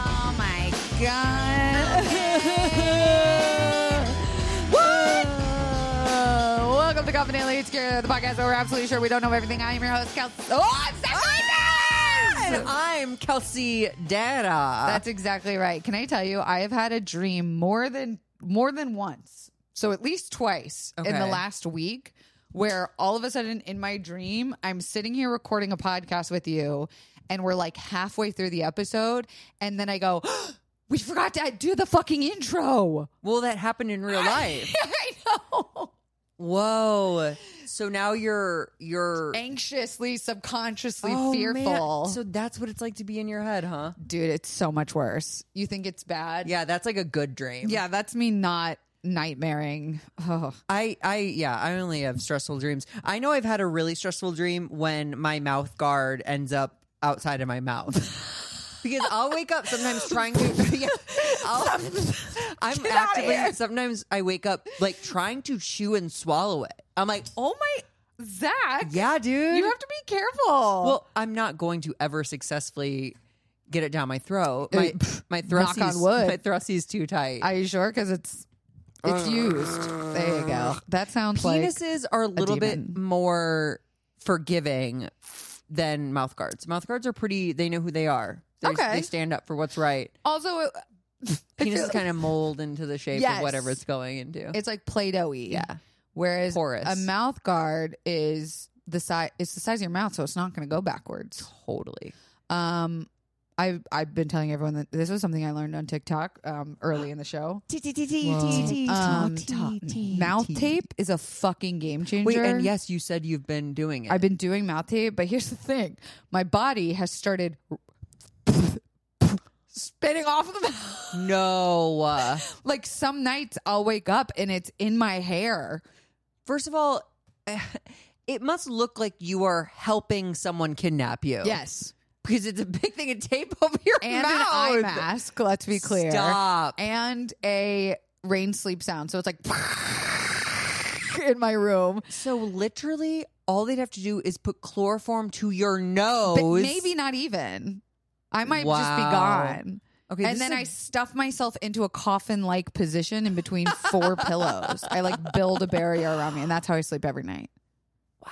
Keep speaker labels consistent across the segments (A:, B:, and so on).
A: Oh my god. what? welcome to Coffin and Leach, the podcast where we're absolutely sure we don't know everything. I am your host, Kelsey. Oh, I'm Stephanie Bears!
B: And I'm Kelsey Data.
A: That's exactly right. Can I tell you, I have had a dream more than more than once. So at least twice in the
B: Okay.
A: last week where all of a sudden in my dream, I'm sitting here recording a podcast with you and we're like halfway through the episode and then I go, "We forgot to do the fucking intro."
B: Well, that happened in real life.
A: I know.
B: Whoa. So now you're you're
A: Anxiously, subconsciously
B: Oh, man.
A: fearful.
B: So that's what it's like to be in your head, huh?
A: Dude, it's so much worse. You think it's bad?
B: Yeah, that's like a good dream.
A: Yeah, that's me not nightmaring. Ugh.
B: I I yeah, I only have stressful dreams. I know I've had a really stressful dream when my mouth guard ends up outside of my mouth. Because I'll wake up sometimes trying to yeah, I'll, I'm
A: Get outta
B: actively
A: here.
B: sometimes I wake up like trying to chew and swallow it. I'm like, "Oh my
A: Zach.
B: Yeah, dude.
A: You have to be careful.
B: Well, I'm not going to ever successfully get it down my throat.
A: Uh,
B: My my
A: knock
B: thrusties,
A: on wood.
B: my thrusties too tight.
A: are you sure? Because it's it's used. There you go. That sounds like
B: Penises are a little bit
A: demon.
B: more forgiving than mouth guards. Mouth guards are pretty. They know who they are. They're-
A: Okay.
B: they stand up for what's right.
A: also it-
B: Penises kind of mold into the shape
A: Yes.
B: of whatever it's going into.
A: it's like Play-Doh-y.
B: yeah,
A: Whereas
B: Porous.
A: a mouth guard is the size it's the size of your mouth, so it's not going to go backwards.
B: totally.
A: Um, I've I've been telling everyone that this was something I learned on TikTok um, early in the show. Um, mouth tape is a fucking game changer.
B: Wait, and yes, you said you've been doing it.
A: I've been doing mouth tape, but here's the thing: my body has started spinning off the mouth.
B: no. uh,
A: Like some nights, I'll wake up and it's in my hair.
B: First of all, it must look like you are helping someone kidnap you.
A: Yes,
B: Because it's a big thing of tape over your
A: and
B: mouth.
A: an eye mask. Let's be clear.
B: Stop.
A: And a rain sleep sound. So it's like in my room.
B: So literally, all they'd have to do is put chloroform to your nose.
A: But maybe not even. I might just be
B: Wow.
A: gone.
B: Okay,
A: and
B: this
A: then
B: is a-
A: I stuff myself into a coffin like position in between four pillows. I like build a barrier around me, and that's how I sleep every night. Wow.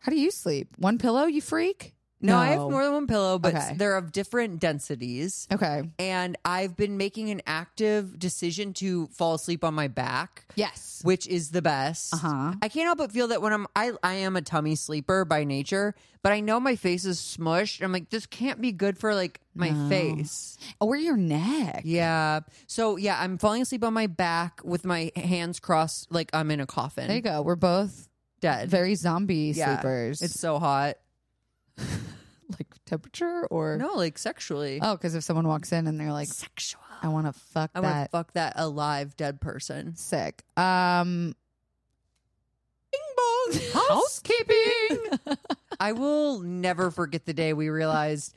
A: How do you sleep? One pillow, you freak?
B: No, I have more than one pillow, but
A: Okay.
B: they're of different densities.
A: Okay.
B: And I've been making an active decision to fall asleep on my back.
A: Yes.
B: which is the best.
A: Uh-huh.
B: I can't help but feel that when I'm I I am a tummy sleeper by nature, but I know my face is smushed. I'm like, this can't be good for like my face.
A: Or your neck.
B: Yeah. So yeah, I'm falling asleep on my back with my hands crossed, like I'm in a coffin,
A: There you go. We're both
B: dead.
A: very zombie
B: Yeah.
A: sleepers.
B: It's so hot.
A: like temperature or.
B: No, like sexually,
A: Oh, because if someone walks in and they're like,
B: sexual.
A: I want to fuck
B: I want to
A: that.
B: fuck that alive dead person.
A: Sick. Um,
B: Bing bong. Housekeeping. I will never forget the day we realized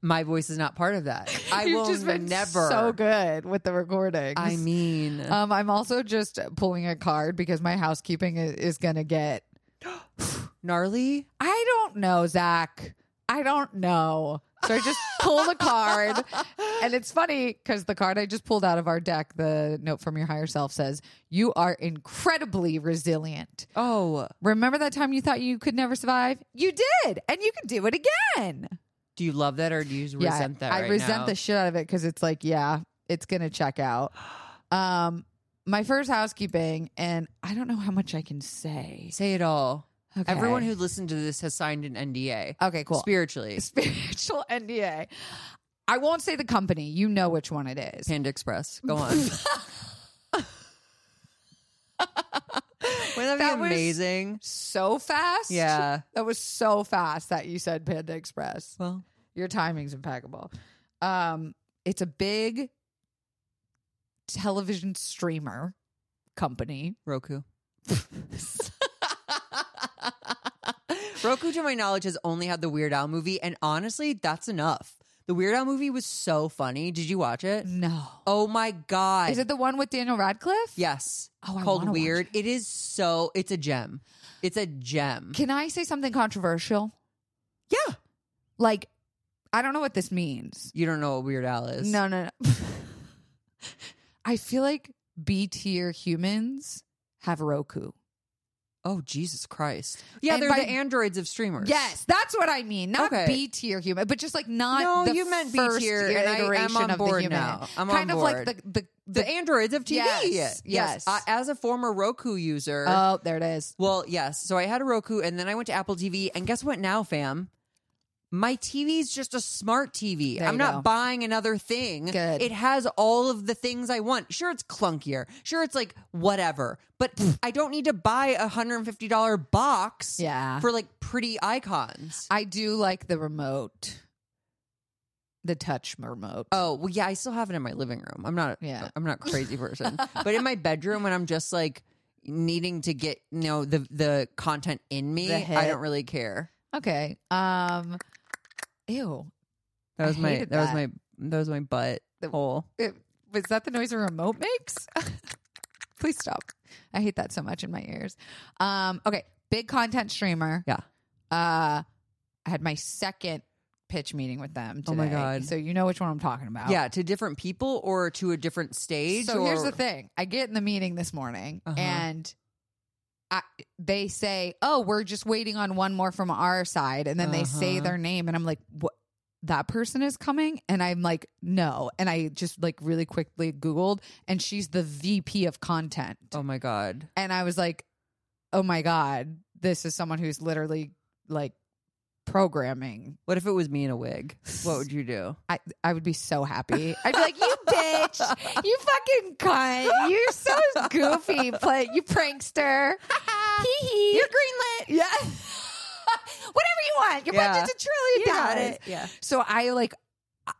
B: my voice is not part of that. I
A: you've
B: will
A: just been
B: never.
A: so good with the recordings.
B: I mean,
A: Um, I'm also just pulling a card because my housekeeping is, is gonna get.
B: gnarly.
A: I don't know, Zach. I don't know. So I just pulled a card, and it's funny because the card I just pulled out of our deck, the note from your higher self says, "You are incredibly resilient.
B: Oh,
A: Remember that time you thought you could never survive? You did, and you can do it again."
B: do you love that or do you just
A: yeah,
B: resent that?
A: I
B: right
A: resent
B: now?
A: the shit out of it because it's like, yeah, it's gonna check out. Um, my first housekeeping, and I don't know how much I can say.
B: Say it all.
A: Okay.
B: Everyone who listened to this has signed an NDA.
A: okay, cool.
B: Spiritually,
A: Spiritual NDA. I won't say the company. You know which one it is.
B: Panda Express. Go on. Wouldn't that,
A: That
B: be
A: was-
B: amazing?
A: So fast.
B: Yeah.
A: That was so fast that you said Panda Express.
B: Well,
A: Your timing's impeccable. Um, it's a big television streamer company.
B: Roku. Roku, to my knowledge, has only had the Weird Al movie, and honestly, that's enough. The Weird Al movie was so funny. Did you watch it?
A: No.
B: Oh my god!
A: Is it the one with Daniel Radcliffe?
B: yes.
A: Oh, I
B: called
A: wanna watch
B: Weird. it is so. It's a gem. It's a gem.
A: Can I say something controversial?
B: Yeah.
A: Like, I don't know what this means.
B: You don't know what Weird Al is.
A: No, no, no. I feel like B tier humans have Roku.
B: Oh Jesus Christ! Yeah,
A: And
B: they're
A: by-
B: the androids of streamers.
A: Yes, that's what I mean. Not
B: Okay.
A: B tier human, but just like not.
B: No,
A: the
B: you meant
A: first
B: B-tier, and I am
A: iteration
B: on
A: of the
B: board
A: human.
B: now. I'm on
A: kind of like
B: board.
A: the the, the,
B: the androids of TV.
A: Yes, yes.
B: I- as a former Roku user,
A: oh, there it is.
B: well, yes. So I had a Roku, and then I went to Apple TV, and guess what? Now, fam, my TV's just a smart TV.
A: There
B: I'm
A: you
B: not
A: go.
B: buying another thing.
A: Good.
B: It has all of the things I want. Sure, it's clunkier. Sure, it's like whatever. But I don't need to buy a hundred and fifty dollar box.
A: Yeah,
B: For like pretty icons.
A: I do like the remote, the touch remote.
B: Oh well, yeah. I still have it in my living room. I'm not.
A: Yeah.
B: I'm not a crazy person. but in my bedroom, when I'm just like needing to get you know the the content in me,
A: The
B: I
A: hit.
B: don't really care.
A: okay. Um, ew. I
B: That was my that,
A: hated
B: was
A: that.
B: my that was my butt
A: The-
B: hole.
A: It, was that the noise a remote makes? Please stop. I hate that so much in my ears. Um, okay, big content streamer.
B: Yeah.
A: Uh, I had my second pitch meeting with them today.
B: Oh my God.
A: So you know which one I'm talking about.
B: Yeah, to different people or to a different stage.
A: So here's the
B: or-
A: thing. I get in the meeting this morning
B: Uh-huh.
A: and I, they say, "Oh, we're just waiting on one more from our side." And then they say
B: Uh-huh.
A: their name and I'm like, "What that person is coming?" And I'm like, "No." And I just like really quickly googled and she's the VP of content.
B: Oh my god.
A: And I was like, "Oh my god, this is someone who's literally like programming
B: What if it was me in a wig? What would you do?
A: I, I would be so happy. I'd be like, you bitch, you fucking cunt, you're so goofy, play, you prankster. Hee hee. You're greenlit. Yeah. Whatever you want. Your
B: Yeah.
A: budget's a trillion dollars.
B: Yeah.
A: So I like,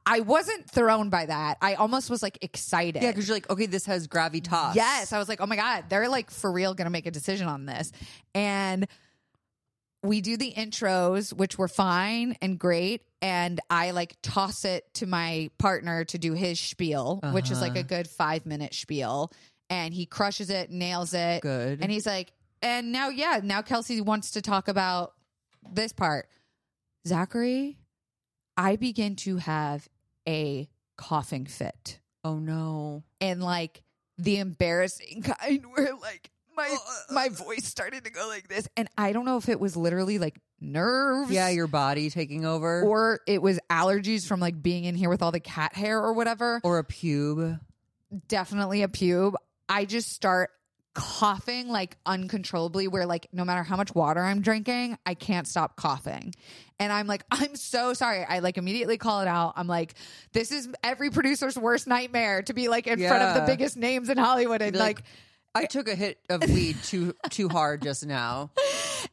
A: I wasn't thrown by that. I almost was like excited.
B: Yeah, because you're like, okay, this has gravitas.
A: Yes. I was like, oh my God, they're like for real going to make a decision on this. And we do the intros, which were fine and great. And I like toss it to my partner to do his spiel, which is like
B: Uh-huh.
A: a good five minute spiel. And he crushes it, nails it.
B: Good.
A: And he's like, and now, yeah, now Kelsey wants to talk about this part. Zachary, I begin to have a coughing fit
B: oh no.
A: and like the embarrassing kind where like
B: Oh,
A: my my
B: uh,
A: voice started to go like this and i don't know if it was literally like nerves
B: Yeah, your body taking over.
A: or it was allergies from like being in here with all the cat hair or whatever
B: or a pube.
A: definitely a pube i just start coughing like uncontrollably where like no matter how much water i'm drinking i can't stop coughing and i'm like i'm so sorry i like immediately call it out i'm like this is every producer's worst nightmare to be like in front of the
B: Yeah.
A: biggest names in hollywood and
B: Be
A: like
B: like, I took a hit of weed too too hard just now.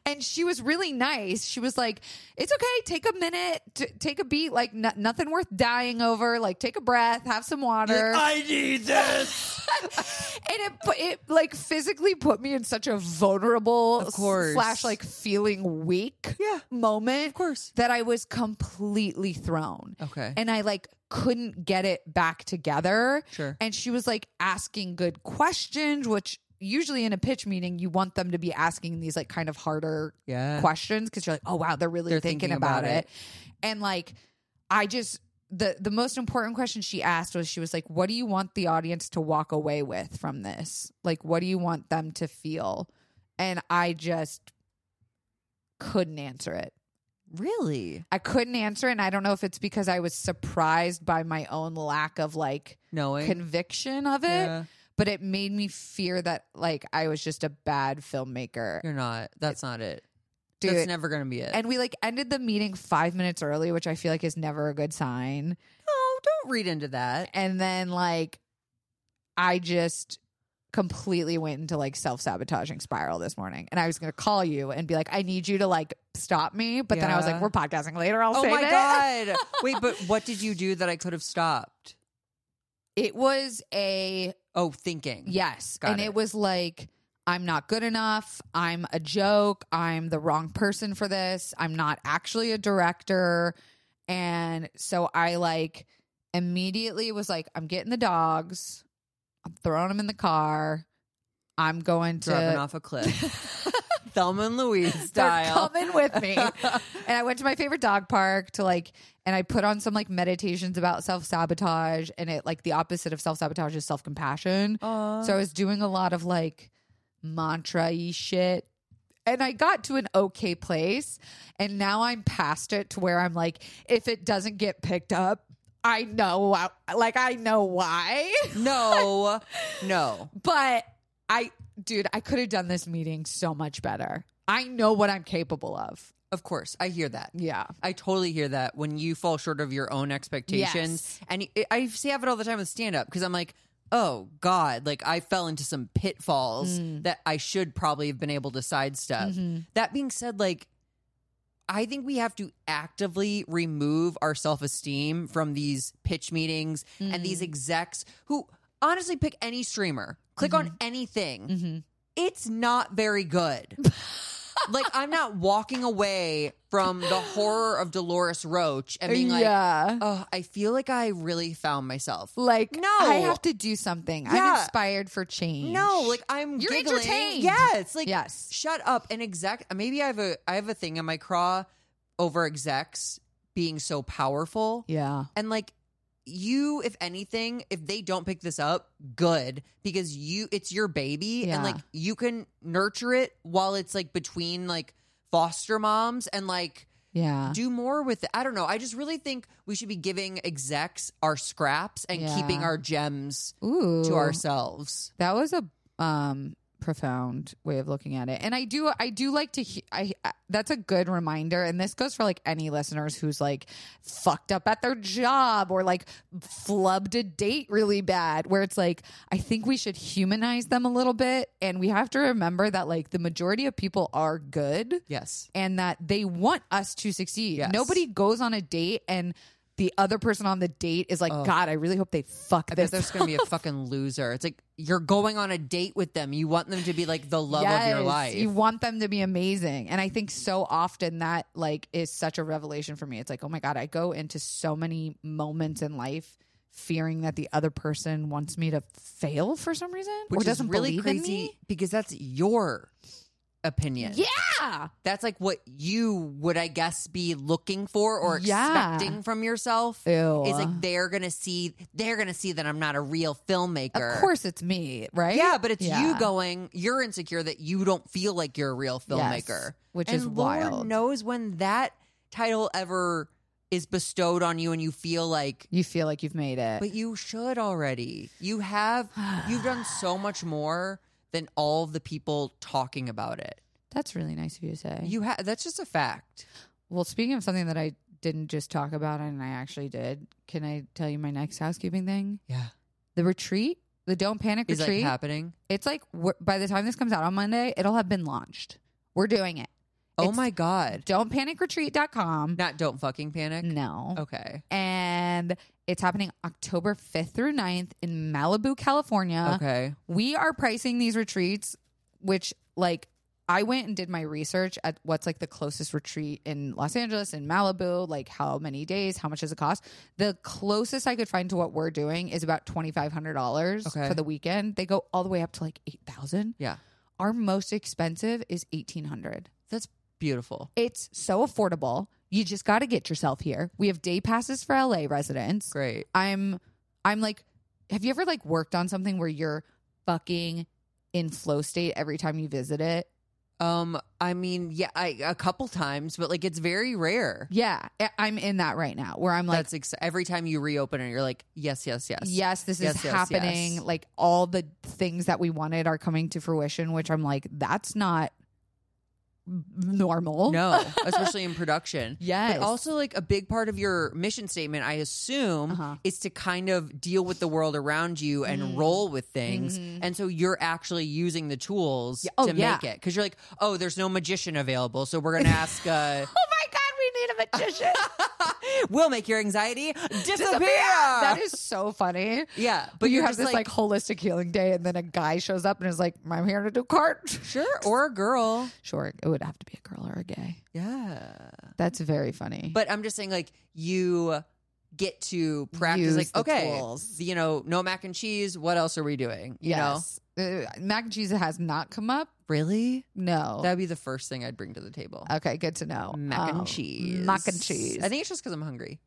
A: and she was really nice. She was like, "It's okay. Take a minute. T- take a beat. Like no- nothing worth dying over. Like take a breath. Have some water."
B: I need this.
A: and it pu- it like physically put me in such a vulnerable,
B: Of course.
A: slash like feeling weak,
B: Yeah.
A: moment.
B: Of course.
A: that I was completely thrown.
B: Okay.
A: and I like couldn't get it back together.
B: Sure.
A: And she was like asking good questions, which usually in a pitch meeting you want them to be asking these like kind of harder
B: yeah.
A: questions because you're like, oh wow, they're really
B: They're
A: thinking,
B: thinking
A: about,
B: about
A: it.
B: it.
A: And like, I just the the most important question she asked was she was like, what do you want the audience to walk away with from this? Like, what do you want them to feel? And I just couldn't answer it.
B: Really?
A: I couldn't answer it. And I don't know if it's because I was surprised by my own lack of like
B: Knowing.
A: conviction of it,
B: Yeah.
A: but it made me fear that like I was just a bad filmmaker.
B: You're not. That's not it.
A: Dude,
B: That's never gonna be it.
A: and we like ended the meeting five minutes early, which I feel like is never a good sign.
B: oh, don't read into that.
A: And then like I just completely went into like self sabotaging spiral this morning. And I was gonna call you and be like, I need you to like stop me. But then I was
B: Yeah.
A: like, We're podcasting later, I'll
B: oh
A: save
B: my
A: it.
B: god. Wait, but what did you do that I could have stopped?
A: It was a
B: Oh, thinking.
A: yes.
B: Got
A: and
B: it.
A: it was like I'm not good enough. I'm a joke. I'm the wrong person for this. I'm not actually a director. And so I like immediately was like, I'm getting the dogs. I'm throwing them in the car. I'm going to
B: Dropping off a cliff. Thelma and Louise
A: They're
B: style.
A: coming with me. and I went to my favorite dog park to like, and I put on some like meditations about self sabotage. And it like the opposite of self sabotage is self compassion.
B: Aw.
A: So I was doing a lot of like mantra y shit. And I got to an okay place. And now I'm past it to where I'm like, if it doesn't get picked up, I know, I- like, I know why.
B: No, no.
A: But I, dude, I could have done this meeting so much better. I know what I'm capable of.
B: Of course, I hear that.
A: Yeah.
B: I totally hear that when you fall short of your own expectations. And it, I see have it all the time with stand up because I'm like, oh God, like I fell into some pitfalls that I should probably have been able to sidestep.
A: Mm-hmm.
B: That being said, like, I think we have to actively remove our self esteem from these pitch meetings and these execs who honestly pick any streamer, click on anything.
A: Mm-hmm.
B: It's not very good. like I'm not walking away from the horror of Dolores Roach and being like,
A: yeah.
B: oh, I feel like I really found myself.
A: like,
B: No.
A: I have to do something. I'm
B: Yeah.
A: inspired for change.
B: No, like I'm
A: You're
B: giggling.
A: entertained.
B: Yes, like
A: Yes.
B: Shut up and exec. Maybe I have a I have a thing in my craw over execs being so powerful.
A: yeah.
B: And like you, if anything, if they don't pick this up, good because you it's your baby
A: Yeah.
B: and like you can nurture it while it's like between like foster moms and like
A: Yeah.
B: do more with it. I don't know. I just really think we should be giving execs our scraps and
A: Yeah.
B: keeping our gems
A: Ooh.
B: to ourselves.
A: That was a um profound way of looking at it. And I do I do like to he- I I- that's a good reminder and this goes for like any listeners who's like fucked up at their job or like flubbed a date really bad where it's like I think we should humanize them a little bit and we have to remember that like the majority of people are good.
B: Yes.
A: and that they want us to succeed.
B: Yes.
A: Nobody goes on a date and the other person on the date is like, God, I really hope they fuck this.
B: Because there's going to be a fucking loser. It's like you're going on a date with them. You want them to be like the love of your
A: Yes,
B: life.
A: You want them to be amazing. And I think so often that like is such a revelation for me. It's like, oh my God, I go into so many moments in life fearing that the other person wants me to fail for some reason
B: which
A: or doesn't
B: is really
A: believe
B: crazy
A: in me.
B: because that's your opinion.
A: Yeah.
B: That's like what you would, I guess, be looking for or
A: Yeah.
B: expecting from yourself.
A: Ew.
B: It's like they're gonna see they're gonna see that I'm not a real filmmaker.
A: Of course it's me, right?
B: Yeah, but it's you
A: Yeah.
B: going, you're insecure that you don't feel like you're a real filmmaker.
A: which
B: and
A: is
B: Lord
A: wild.
B: knows when that title ever is bestowed on you and you feel like
A: You feel like you've made it.
B: but you should already. You have you've done so much more than all of the people talking about it.
A: That's really nice of you to say.
B: You have that's just a fact.
A: Well, speaking of something that I didn't just talk about and I actually did, can I tell you my next housekeeping thing?
B: Yeah.
A: The retreat, the Don't Panic
B: Is that
A: retreat.
B: happening?
A: it's like we're, by the time this comes out on Monday, it'll have been launched. We're doing it.
B: Oh
A: It's
B: my god.
A: Don'tPanicRetreat.com.
B: Not don't fucking panic.
A: No.
B: Okay.
A: And it's happening October 5th through 9th in Malibu, California.
B: okay.
A: we are pricing these retreats which like i went and did my research at what's like the closest retreat in los angeles in malibu like how many days how much does it cost the closest i could find to what we're doing is about $2500
B: Okay.
A: for the weekend they go all the way up to like 8000
B: Yeah.
A: our most expensive is 1800
B: That's beautiful.
A: it's so affordable you just got to get yourself here we have day passes for la residents
B: Great.
A: I'm I'm like have you ever like worked on something where you're fucking in flow state every time you visit it?
B: Um, I mean, yeah, I a couple times, but like it's very rare.
A: Yeah, I- I'm in that right now where I'm like
B: That's ex- every time you reopen it, you're like, yes, yes, yes,
A: yes, this is
B: Yes, yes,
A: happening.
B: yes.
A: Like all the things that we wanted are coming to fruition, which I'm like that's not normal.
B: No, especially in production.
A: Yes.
B: But also, like a big part of your mission statement, I assume,
A: Uh-huh. Mm-hmm.
B: is to kind of deal with the world around you and roll with things. And so you're actually using the tools
A: Yeah. Oh,
B: to
A: yeah.
B: make it. Because you're like, oh, there's no magician available. So we're going to ask. Uh,
A: Oh my god, we need a magician.
B: will make your anxiety disappear.
A: That is so funny.
B: yeah,
A: But you
B: you're
A: have
B: just
A: this like, holistic healing day, and then a guy shows up and is like, "I'm here to do cart."
B: sure or a girl.
A: Sure, it would have to be a girl or a gay.
B: Yeah.
A: That's very funny.
B: But I'm just saying, like, you get to practice,
A: Use
B: like,
A: the
B: okay,
A: tools.
B: you know, no mac and cheese. What else are we doing? You know,
A: yes, Uh, mac and cheese has not come up.
B: really?
A: No.
B: That'd be the first thing I'd bring to the table.
A: okay, good to know.
B: mac
A: Um,
B: and cheese.
A: Mac and cheese.
B: I think it's just because I'm hungry.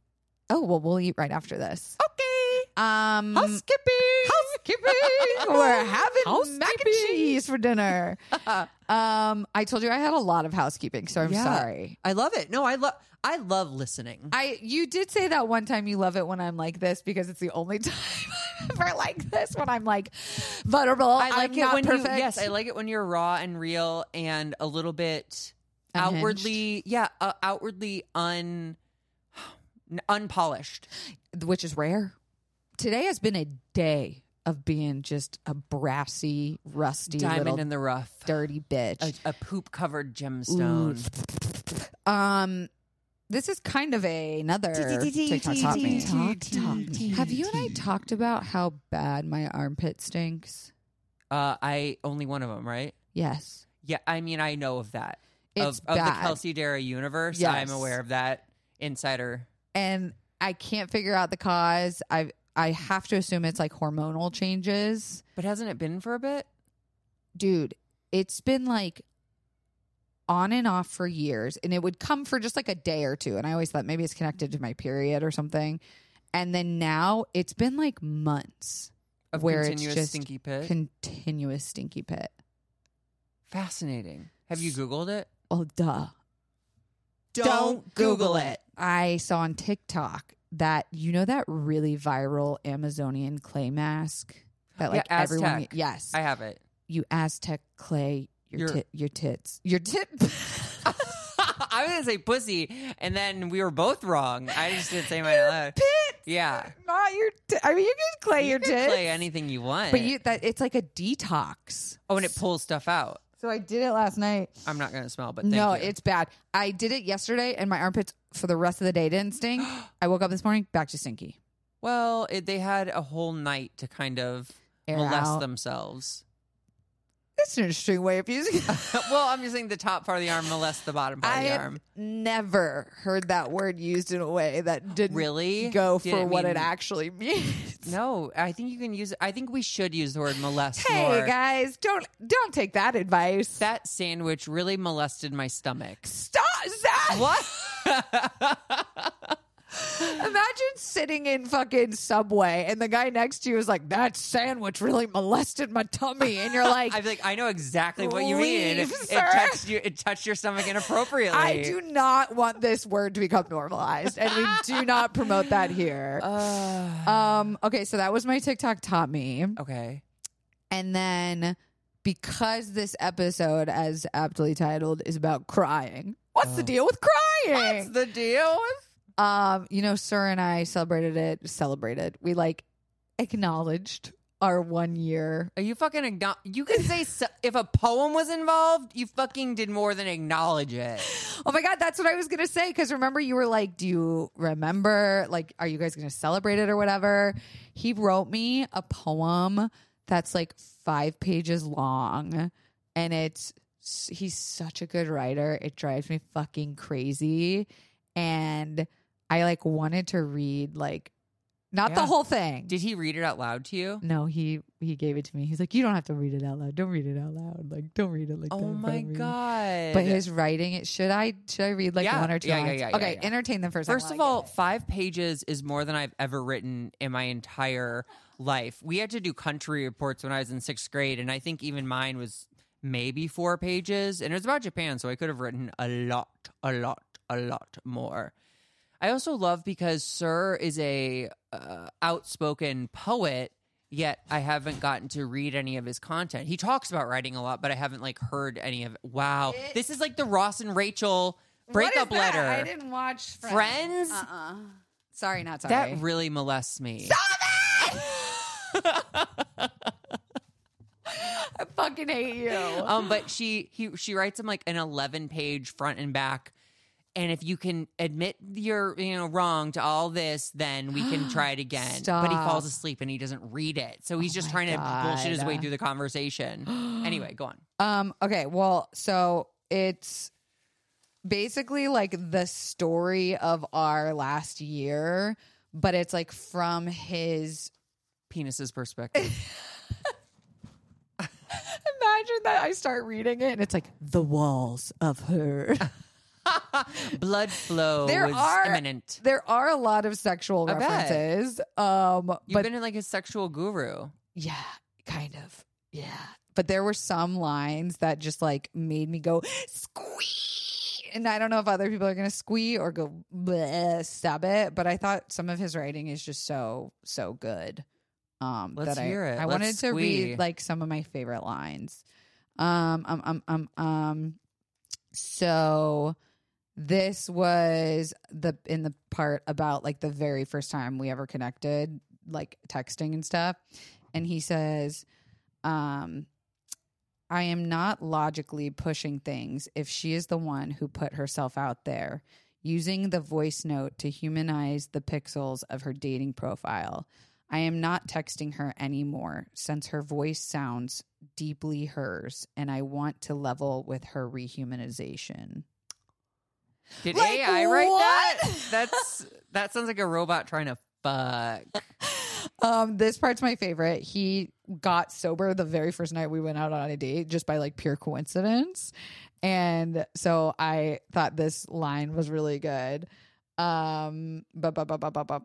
A: oh well, we'll eat right after this.
B: Okay.
A: Um,
B: Mm. Housekeeping.
A: housekeeping. We're having mac and
B: Housekeeping.
A: cheese for dinner. um, I told you I had a lot of housekeeping, so I'm
B: Yeah.
A: sorry.
B: I love it. No, I love. I love listening.
A: I you did say that one time you love it when I'm like this because it's the only time I'm ever like this when I'm like vulnerable.
B: I like
A: I'm
B: it
A: not
B: when
A: perfect.
B: you yes, I like it when you're raw and real and a little bit
A: Unhinged.
B: outwardly yeah, uh, outwardly un unpolished.
A: which is rare. Today has been a day of being just a brassy, rusty, little
B: Diamond in the rough.
A: dirty bitch.
B: A, a poop covered gemstone.
A: Um, this is kind of a, another TikTok topic. Talk, talk. Have you and I talked about how bad my armpit stinks?
B: Uh I only one of them, right?
A: Yes,
B: Yeah, I mean I know of that.
A: it's
B: of of the
A: bad,
B: Kelsey Dara universe, I'm
A: Yes.
B: aware of that insider.
A: and I can't figure out the cause. I I have to assume it's like hormonal changes,
B: But hasn't it been for a bit?
A: dude. It's been like on and off for years, and it would come for just like a day or two, and I always thought maybe it's connected to my period or something, and then now it's been like months.
B: Of
A: Where it's
B: continuous
A: just
B: stinky pit.
A: continuous stinky pit.
B: Fascinating. Have you googled it?
A: Well, Oh, duh. I saw on TikTok that you know that really viral Amazonian clay mask that
B: Yeah,
A: like everyone.
B: Aztec.
A: Yes,
B: I have it.
A: you Aztec clay your
B: Your-
A: tit, your tits, your tit.
B: I was gonna say pussy, and then we were both wrong. I just didn't say my loud.
A: Pit,
B: Yeah,
A: not your. T- I mean, you can clay
B: you
A: your
B: can
A: tits,
B: play anything you want.
A: but you that it's like a detox.
B: oh, and it pulls stuff out.
A: So I did it last night.
B: I'm not gonna smell, but thank
A: No,
B: you.
A: it's bad. I did it yesterday, and my armpits for the rest of the day didn't stink. I woke up this morning back to stinky.
B: well, it, they had a whole night to kind of
A: Air
B: molest
A: out.
B: themselves.
A: That's an interesting way of using it.
B: well, I'm just saying the top part of the arm molest the bottom part
A: I
B: of the
A: have
B: arm.
A: never heard that word used in a way that didn't
B: Really?
A: go for
B: Didn't
A: what
B: mean-
A: it actually means.
B: No, I think you can use. I think we should use the word molest
A: Hey
B: more.
A: guys, don't don't take that advice.
B: That sandwich really molested my stomach.
A: Stop that.
B: What?
A: Imagine sitting in fucking Subway and the guy next to you is like, "That sandwich really molested my tummy," and you're like,
B: I feel like I know exactly what you mean.
A: Leave,
B: It, it
A: sir.
B: touched you. It touched your stomach inappropriately.
A: "I do not want this word to become normalized, and we do not promote that here."
B: Uh,
A: um. Okay, so that was my TikTok taught me.
B: okay.
A: And then because this episode, as aptly titled, is about crying, what's the
B: Oh.
A: deal with
B: What's
A: crying?
B: the deal?
A: um, you know, Sir and I celebrated it, celebrated. We like acknowledged our one year.
B: Are you fucking acknow- You can say so- if a poem was involved, you fucking did more than acknowledge it.
A: Oh my God, that's what I was going to say. Cause remember, you were like, Do you remember? Like, are you guys going to celebrate it or whatever? He wrote me a poem that's like five pages long and it's he's such a good writer. It drives me fucking crazy. And I like wanted to read like not the
B: Yeah.
A: whole thing.
B: Did he read it out loud to you?
A: no, he he gave it to me. He's like, you don't have to read it out loud. Don't read it out loud. Like, don't read it like that.
B: Oh
A: in front
B: my
A: of me."
B: god!
A: But his writing, it should I should I read like
B: Yeah,
A: one or two
B: yeah, yeah,
A: lines?
B: yeah, yeah,
A: okay,
B: yeah.
A: entertain them first. I
B: First
A: wanna
B: of all,
A: get it.
B: five pages is more than I've ever written in my entire life. We had to do country reports when I was in sixth grade, and I think even mine was maybe four pages, and it was about Japan, so I could have written a lot, a lot, a lot more. I also love because Sir is a uh, outspoken poet. Yet I haven't gotten to read any of his content. He talks about writing a lot, but I haven't like heard any of it. Wow, this is like the Ross and Rachel
A: What is
B: breakup
A: that?
B: letter.
A: I didn't watch
B: Friends?
A: Uh uh Sorry, not sorry.
B: That really molests me.
A: I fucking hate you.
B: Um, but she he she writes him like an eleven page front and back and if you can admit you're you know wrong to all this, then we can try it again. But he
A: Stop.
B: falls asleep and he doesn't read it, so he's
A: Oh
B: just
A: my
B: trying to bullshit his
A: God.
B: way through the conversation. anyway, go on.
A: Um, okay, well, so it's basically like the story of our last year, but it's like from his
B: Penis's perspective.
A: Imagine that I start reading it and it's like the walls of her.
B: Blood flow
A: There
B: was
A: are-
B: imminent.
A: there are a lot of sexual
B: I bet.
A: references. Um
B: You've
A: but
B: been like a sexual guru.
A: yeah, kind of. Yeah. But there were some lines that just like made me go squee. And I don't know if other people are going to squee or go bleh, stop it, but I thought some of his writing is just so so good. Um
B: Let's
A: that I-
B: hear it.
A: I
B: Let's
A: wanted to
B: squee.
A: read like some of my favorite lines. Um um um um um so this was the in the part about like the very first time we ever connected like texting and stuff and he says um i am not logically pushing things if she is the one who put herself out there using the voice note to humanize the pixels of her dating profile i am not texting her anymore since her voice sounds deeply hers and i want to level with her rehumanization
B: Did
A: Like,
B: AI write that?
A: what?
B: That's that sounds like a robot trying to fuck.
A: Um, this part's my favorite. He got sober the very first night we went out on a date just by like pure coincidence. And so I thought this line was really good. Um, but, but, but, but, but, but.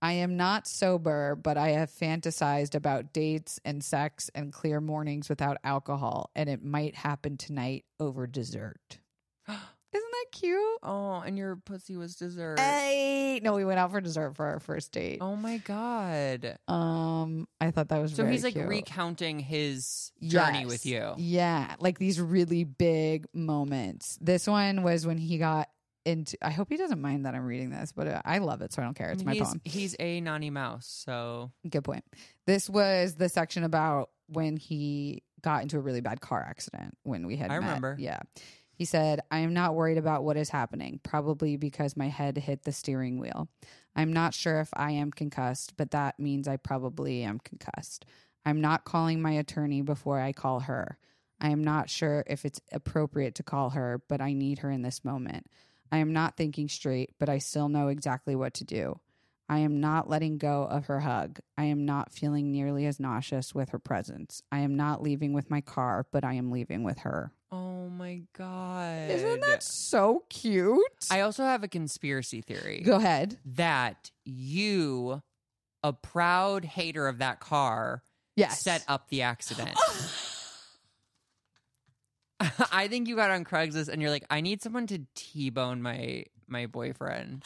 A: I am not sober, but I have fantasized about dates and sex and clear mornings without alcohol, and it might happen tonight over dessert. Isn't that cute?
B: Oh, and your pussy was dessert.
A: Eh, Hey, no, we went out for dessert for our first date.
B: Oh my god.
A: Um, I thought that was
B: So
A: very
B: he's like
A: cute.
B: recounting his journey with
A: Yes.
B: you.
A: Yeah, like these really big moments. This one was when he got into. I hope he doesn't mind that I'm reading this, but uh, I love it, so I don't care. It's my
B: he's,
A: poem.
B: He's a nanny mouse, so
A: Good point. This was the section about when he got into a really bad car accident when we had.
B: I
A: met.
B: remember.
A: Yeah. He said, I am not worried about what is happening, probably because my head hit the steering wheel. I'm not sure if I am concussed, but that means I probably am concussed. I'm not calling my attorney before I call her. I am not sure if it's appropriate to call her, but I need her in this moment. I am not thinking straight, but I still know exactly what to do. I am not letting go of her hug. I am not feeling nearly as nauseous with her presence. I am not leaving with my car, but I am leaving with her.
B: oh my god.
A: Isn't that so cute?
B: I also have a conspiracy theory
A: Go ahead.
B: that you, a proud hater of that car,
A: Yes.
B: set up the accident. I think you got on Craigslist and you're like, I need someone to T-bone my my boyfriend.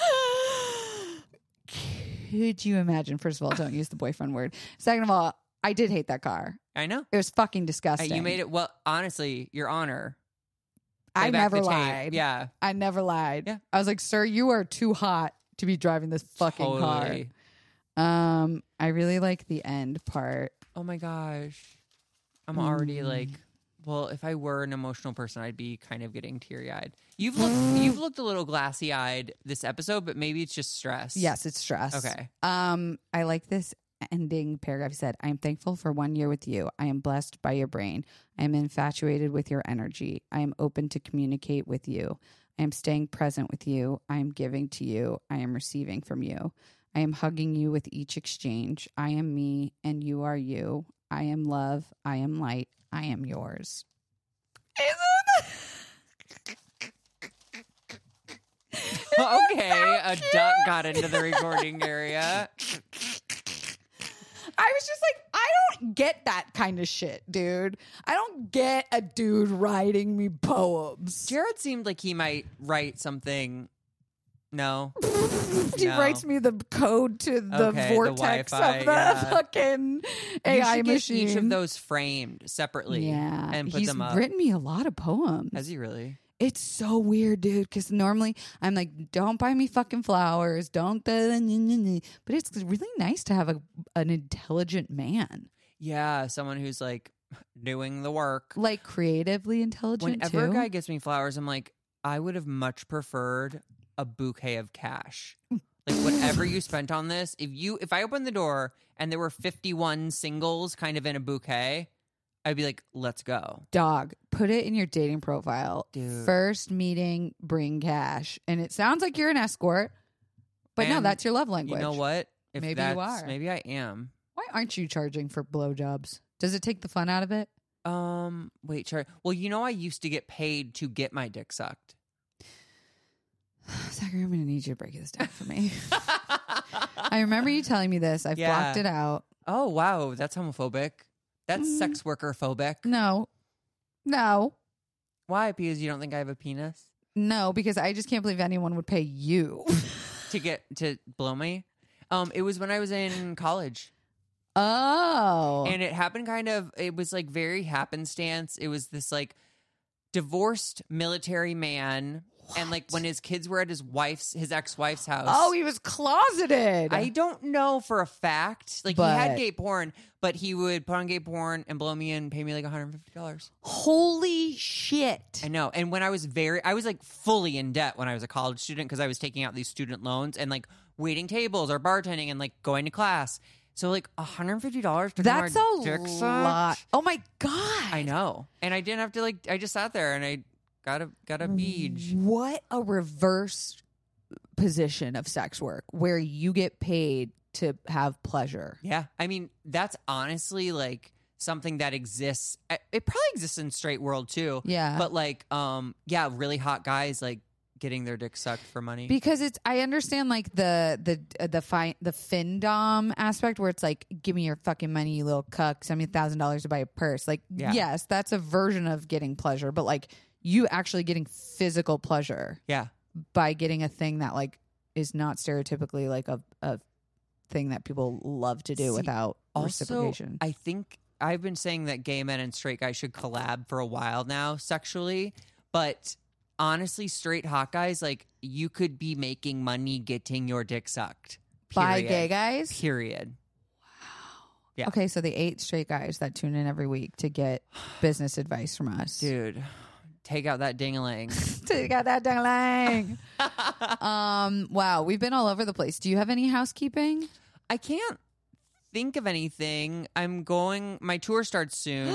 A: Could you imagine? First of all, don't use the boyfriend word. Second of all, I did hate that car.
B: I know.
A: It was fucking
B: Hey,
A: disgusting.
B: Uh, you made it well, honestly, your honor.
A: I
B: Play back
A: never
B: the tape.
A: lied.
B: Yeah.
A: I never lied.
B: Yeah.
A: I was like, sir, you are too hot to be driving this fucking
B: totally.
A: car. Um, I really like the end part.
B: Oh my gosh. I'm already
A: Hmm.
B: like well, if I were an emotional person, I'd be kind of getting teary eyed. You've looked you've looked a little glassy eyed this episode, but maybe it's just stress.
A: Yes, it's stress.
B: Okay.
A: Um, I like this ending paragraph. He said, I am thankful for one year with you. I am blessed by your brain. I am infatuated with your energy. I am open to communicate with you. I am staying present with you. I am giving to you. I am receiving from you. I am hugging you with each exchange. I am me and you are you. I am love. I am light. I am yours.
B: okay. A duck got into the recording area.
A: I was just like, I don't get that kind of shit, dude. I don't get a dude writing me poems.
B: Jared seemed like he might write something. No.
A: He
B: No.
A: writes me the code to the
B: Okay, the
A: vortex
B: Wi-Fi,
A: of the
B: yeah.
A: fucking
B: You
A: AI
B: should get
A: machine.
B: Each of those framed separately.
A: yeah,
B: And put
A: he's
B: them up.
A: written me a lot of poems.
B: Has he really?
A: It's so weird, dude. Because normally I'm like, don't buy me fucking flowers, don't. The, but it's really nice to have a an intelligent man,
B: Yeah, someone who's like doing the work.
A: like creatively intelligent
B: Whenever
A: too.
B: a guy gets me flowers, I'm like, I would have much preferred a bouquet of cash. Like whatever you spent on this, if you if I opened the door and there were 51 singles kind of in a bouquet, I'd be like, "Let's go."
A: Dog, put it in your dating profile.
B: Dude.
A: First meeting, bring cash. And it sounds like you're an escort, but no,
B: And
A: that's your love language.
B: You know what? If
A: Maybe you
B: that's-
A: are.
B: Maybe I am.
A: Why aren't you charging for blowjobs? Does it take the fun out of it?
B: Um, wait, sorry. Well, you know I used to get paid to get my dick sucked.
A: Zachary, I'm going to need you to break this down for me. I remember you telling me this. I've
B: Yeah.
A: blocked it out.
B: oh, wow, that's homophobic. That's
A: Mm.
B: sex worker phobic.
A: No, no,
B: Why? Because you don't think I have a penis
A: no, because I just can't believe anyone would pay you.
B: to get to blow me? Um, it was when I was in college.
A: oh.
B: And it happened kind of, it was like very happenstance. It was this like divorced military man. And like
A: What?
B: when his kids were at his wife's, his ex wife's house.
A: oh, he was closeted.
B: I don't know for a fact. Like he
A: But-
B: had gay porn, but he would put on gay porn and blow me and pay me like $150.
A: Holy shit.
B: I know. And when I was very, I was like fully in debt when I was a college student because I was taking out these student loans and like waiting tables or bartending and like going to class. So like $150 to
A: That's a
B: get my dick sucked?
A: lot. Oh my god.
B: I know. And I didn't have to like I just sat there and I got a got a
A: Mm.
B: beach.
A: What a reverse position of sex work where you get paid to have pleasure.
B: Yeah. I mean, that's honestly like something that exists. I- It probably exists in straight world too.
A: Yeah.
B: But like um yeah, really hot guys like getting their dick sucked for money.
A: because it's I understand like the the uh, the fi- the findom aspect where it's like give me your fucking money you little cuck send me a thousand dollars to buy a purse like
B: Yeah.
A: yes that's a version of getting pleasure but like you actually getting physical pleasure
B: yeah.
A: by getting a thing that like is not stereotypically like a, a thing that people love to do
B: See,
A: without
B: Also,
A: reciprocation
B: I think I've been saying that gay men and straight guys should collab for a while now sexually, but honestly, straight hot guys like you could be making money getting your dick sucked.
A: by
B: Period.
A: gay guys
B: Period. Yeah.
A: Okay, so the eight straight guys that tune in every week to get business advice from us.
B: Dude, take out that ding-a-ling.
A: Take out that dangling. um, wow, we've been all over the place. Do you have any housekeeping?
B: I can't think of anything. I'm going, my tour starts soon.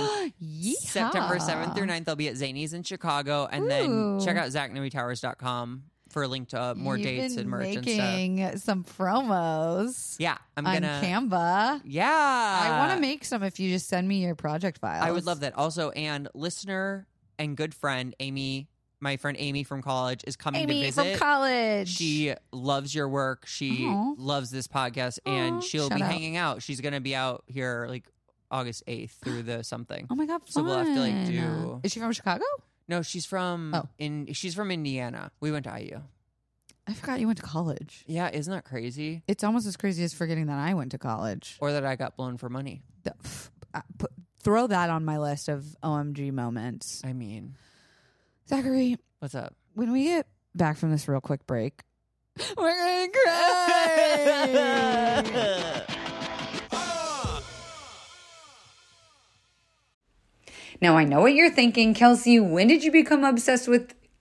B: September 7th through 9th, I'll be at Zany's in Chicago. And
A: Ooh.
B: then check out ZachNeweyTowers.com for a link to uh, more
A: You've
B: dates
A: been
B: and merch and stuff.
A: making some promos
B: Yeah, I'm
A: on
B: gonna. uh,
A: Canva.
B: Yeah,
A: I
B: I
A: want to make some if you just send me your project files.
B: I would love that. Also, and listener and good friend Amy, my friend Amy from college, is coming to
A: Amy
B: visit.
A: from college.
B: She loves your work. She
A: Aw.
B: loves this podcast,
A: Aw,
B: and she'll
A: shout
B: be
A: out.
B: hanging out. She's gonna be out here like August eighth through the something.
A: Oh my god, fun.
B: So we'll have to, like, do-
A: Is she from Chicago?
B: No, she's from
A: Oh.
B: in she's from Indiana. We went to IU.
A: I forgot you went to college.
B: Yeah, isn't that crazy?
A: It's almost as crazy as forgetting that I went to college.
B: Or that I got blown for money.
A: Th- pff, uh, put, throw that on my list of OMG moments.
B: I mean,
A: Zachary,
B: what's up?
A: when we get back from this real quick break, we're going to cry.
C: Now, I know what you're thinking, Kelsey. When did you become obsessed with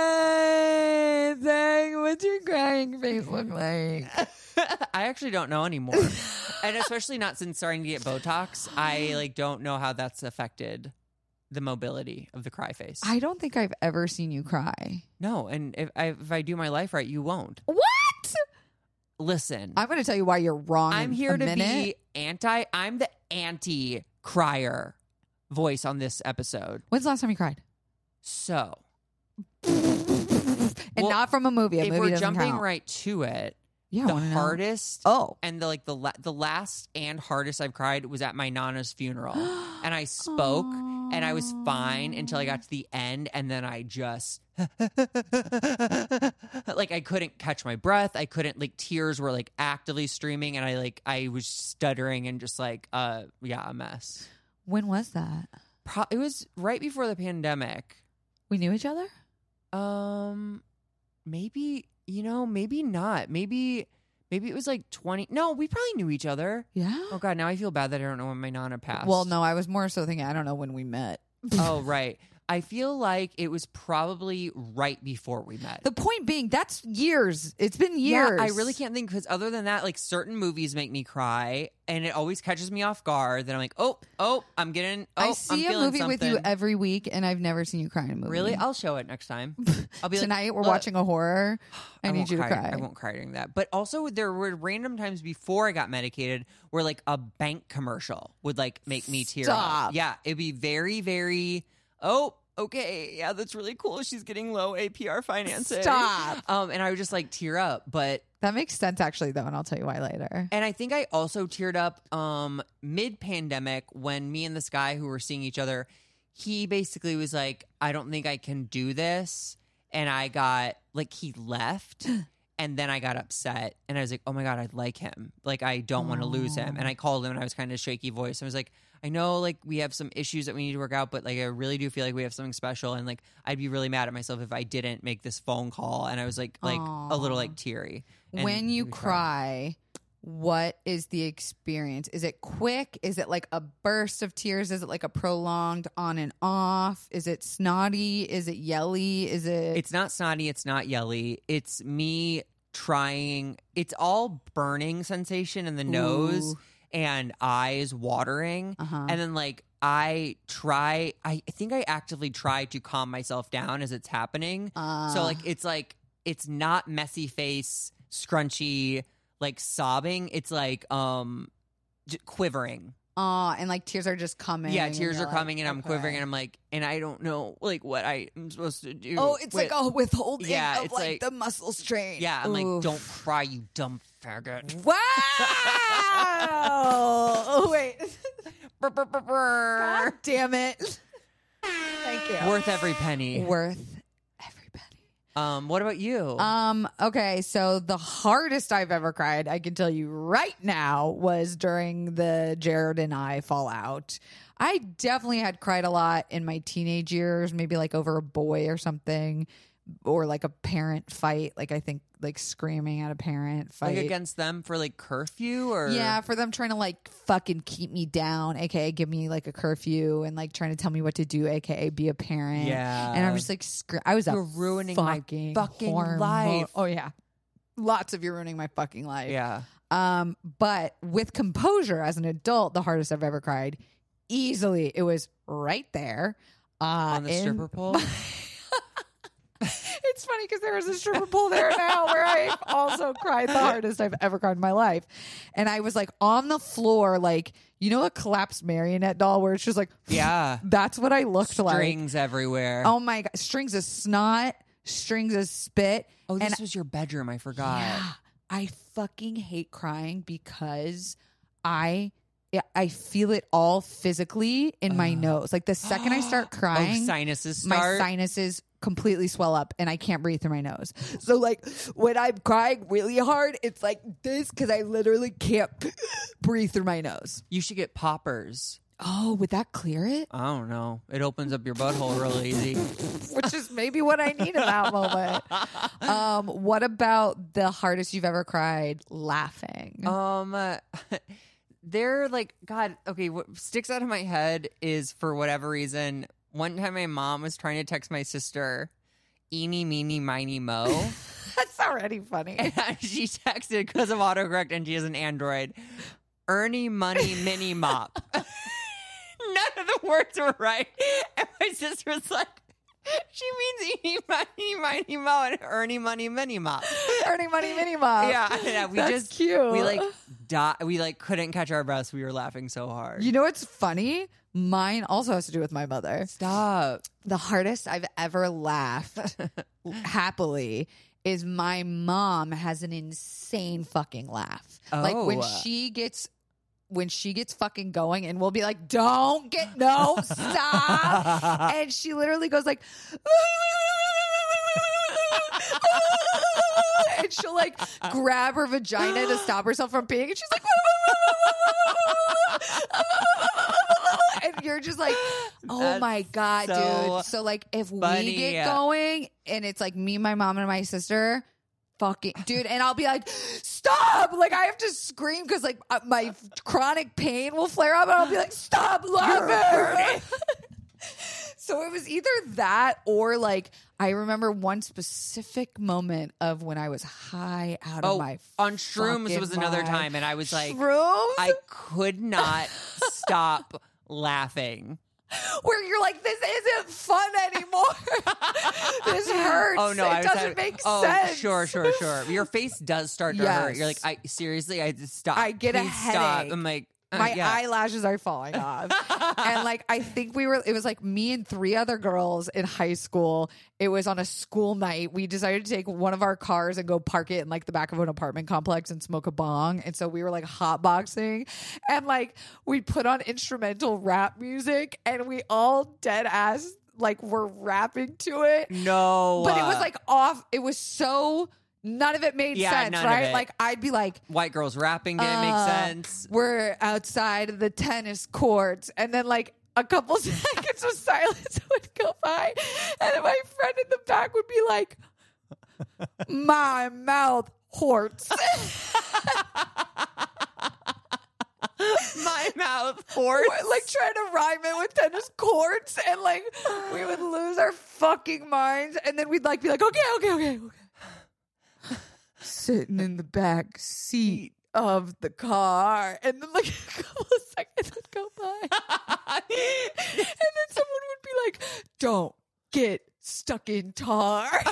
D: Anyway, dang, what's your crying face look like?
B: I actually don't know anymore. and especially not since starting to get Botox. I like don't know how that's affected the mobility of the cry face.
D: I don't think I've ever seen you cry.
B: no, and if I, if I do my life right, you won't.
D: What?
B: Listen,
D: I'm going to tell you why you're wrong.
B: I'm
D: in
B: here
D: a
B: to
D: minute.
B: be anti. I'm the anti crier voice on this episode.
D: When's the last time you cried?
B: So
D: And
B: Well,
D: not from a movie. A
B: if
D: movie
B: we're
D: doesn't
B: jumping
D: count.
B: right to it,
D: yeah, I
B: the
D: wanna know.
B: hardest
D: Oh,
B: and the like the la- the last and hardest I've cried was at my nana's funeral, and I spoke and I was fine until I got to the end, and then I just like I couldn't catch my breath. I couldn't like tears were like actively streaming, and I like I was stuttering and just like uh yeah a mess.
D: when was that?
B: Pro- it was right before the pandemic.
D: We knew each other.
B: Um, maybe you know, maybe not. Maybe maybe it was like twenty. No, we probably knew each other.
D: Yeah.
B: Oh god, now I feel bad that I don't know when my nana passed.
D: Well, no, I was more so thinking I don't know when we met.
B: oh right. I feel like it was probably right before we met.
D: The point being, that's years. It's been
B: yeah,
D: years.
B: I really can't think because other than that, like certain movies make me cry, and it always catches me off guard. Then I'm like, oh, oh, I'm getting. Oh,
D: I
B: am
D: see a
B: feeling
D: movie with you
B: something.
D: every week, and I've never seen you cry in a movie.
B: Really, I'll show it next time. I'll be like,
D: Tonight we're
B: "Look,
D: watching a horror. I, need
B: won't
D: you to cry.
B: I won't cry during that. But also, there were random times before I got medicated where like a bank commercial would like make me tear
D: Stop.
B: up. Yeah, it'd be very, very. Oh, okay, yeah, that's really cool. She's getting low APR financing.
D: Stop.
B: Um, and I would just like tear up, but
D: That makes sense, actually, though, and I'll tell you why later.
B: and I think I also teared up um mid pandemic when me and this guy who were seeing each other, he basically was like, I don't think I can do this. And I got like he left and then I got upset and I was like, Oh my god, I like him. Like I don't want to lose him. And I called him and I was kind of shaky voice. I was like, I know like we have some issues that we need to work out, but like I really do feel like we have something special and like I'd be really mad at myself if I didn't make this phone call and I was like like a little like teary. And
D: when you
B: we cried.
D: cry, what is the experience? Is it quick? Is it like a burst of tears? Is it like a prolonged on and off? Is it snotty? Is it yelly? Is it?
B: It's not snotty. It's not yelly. It's me trying. It's all burning sensation in the nose
D: Ooh.
B: and eyes watering.
D: Uh-huh.
B: And then, like, I try, I think I actively try to calm myself down as it's happening.
D: Uh,
B: so, like, it's like, it's not messy face, scrunchy, like sobbing. It's like, um, j- quivering.
D: Aw, ah, and like tears are just coming.
B: yeah,
D: and
B: tears are
D: you're like,
B: coming and I'm
D: okay.
B: quivering and I'm like, and I don't know like what I'm supposed to do.
D: Oh, it's
B: with-
D: like a withholding
B: Yeah,
D: of
B: it's
D: like,
B: like-
D: the muscle strain.
B: Yeah, I'm like,
D: Oof.
B: don't cry, you dumb faggot.
D: Wow! oh wait,
B: Brr, brr, brr, brr.
D: God damn it! Thank you.
B: Worth every penny.
D: worth every penny.
B: Um, what about you?
D: Um, okay, so the hardest I've ever cried, I can tell you right now, was during the Jared and I fallout. I definitely had cried a lot in my teenage years, maybe like over a boy or something, or like a parent fight. Like I think like screaming at a parent fight.
B: like against them for like curfew or
D: Yeah, for them trying to like fucking keep me down, aka give me like a curfew and like trying to tell me what to do, aka be a parent.
B: Yeah.
D: and I'm just like, scr- I was
B: You're
D: a
B: ruining my
D: fucking
B: fucking
D: hormo-
B: life.
D: Oh yeah, lots of you're ruining my fucking life.
B: Yeah.
D: Um, but with composure as an adult, the hardest I've ever cried, easily it was right there uh,
B: On the
D: in-
B: stripper pole?
D: it's It's funny because there was a stripper pool there now where I also cried the hardest I've ever cried in my life. And I was like on the floor, like, you know, a collapsed marionette doll where it's just like,
B: Yeah.
D: that's what I looked like.
B: Strings everywhere.
D: Oh my God. Strings of snot, strings of spit.
B: Oh,
D: and
B: this was your bedroom. I forgot. Oh,
D: yeah, I fucking hate crying because I yeah, I feel it all physically in my nose. Like the second I start crying,
B: Uh. Oh, sinuses
D: my
B: start.
D: sinuses completely swell up and I can't breathe through my nose. So like when I'm crying really hard, it's like this because I literally can't breathe through my nose.
B: you should get poppers.
D: Oh, would that clear it?
B: I don't know. It opens up your butthole real easy.
D: Which is maybe what I need in that moment. Um, what about the hardest you've ever cried laughing?
B: Um, uh, they're like, God, okay, what sticks out of my head is for whatever reason, one time my mom was trying to text my sister, eeny, meeny, miny, mo.
D: That's already funny.
B: and she texted because of autocorrect and she has an Android, Ernie Money Mini Mop. None of the words were right. And my sister was like, she means eeny, miny, miny, mo and Ernie Money Mini Mop.
D: earning money mini mom.
B: Yeah, yeah, we
D: That's
B: just
D: cute.
B: We like di- we like couldn't catch our breaths. We were laughing so hard.
D: You know what's funny? Mine also has to do with my mother.
B: Stop.
D: The hardest I've ever laughed happily is my mom has an insane fucking laugh. Like when
B: Oh.
D: she gets when she gets fucking going and we'll be like, don't get no, stop. and she literally goes like and she'll like grab her vagina to stop herself from peeing. And she's like, and you're just like, oh
B: That's
D: my God,
B: so
D: dude. So, like, if we
B: funny.
D: get going and it's like me, my mom, and my sister, fucking, dude, and I'll be like, stop. Like, I have to scream because, like, uh, my chronic pain will flare up and I'll be like, stop laughing. So it was either that or like I remember one specific moment of when I was high out of
B: Oh,
D: my
B: on shrooms
D: fucking
B: was another
D: mind.
B: time, and I was like,
D: shrooms
B: I could not stop laughing.
D: where you're like this isn't fun anymore. this hurts.
B: Oh no,
D: it
B: I was
D: doesn't
B: having-
D: make
B: oh,
D: sense.
B: Sure, sure, sure. Your face does start to hurt. You're
D: Yes.
B: like, I seriously, I just stop.
D: I get a
B: Please stop.
D: headache.
B: I'm like, uh,
D: my
B: yeah.
D: eyelashes are falling off. and like I think we were it was like me and three other girls in high school. It was on a school night. We decided to take one of our cars and go park it in like the back of an apartment complex and smoke a bong. And so we were like hotboxing and like we put on instrumental rap music and we all dead ass like were rapping to it.
B: no,
D: But it was
B: uh,
D: like off it was so none of it made
B: Yeah,
D: sense,
B: none of
D: right?
B: it.
D: Like I'd be like
B: white girls rapping didn't
D: uh,
B: make sense.
D: We're outside of the tennis courts, and then like a couple seconds of silence would go by, and then my friend in the back would be like, "My mouth hurts."
B: My mouth hurts.
D: like trying to rhyme it with tennis courts, and like we would lose our fucking minds, and then we'd like be like, "Okay, okay, okay, okay." Sitting in the back seat of the car, and then like a couple of seconds would go by. and then someone would be like, "Don't get stuck in tar."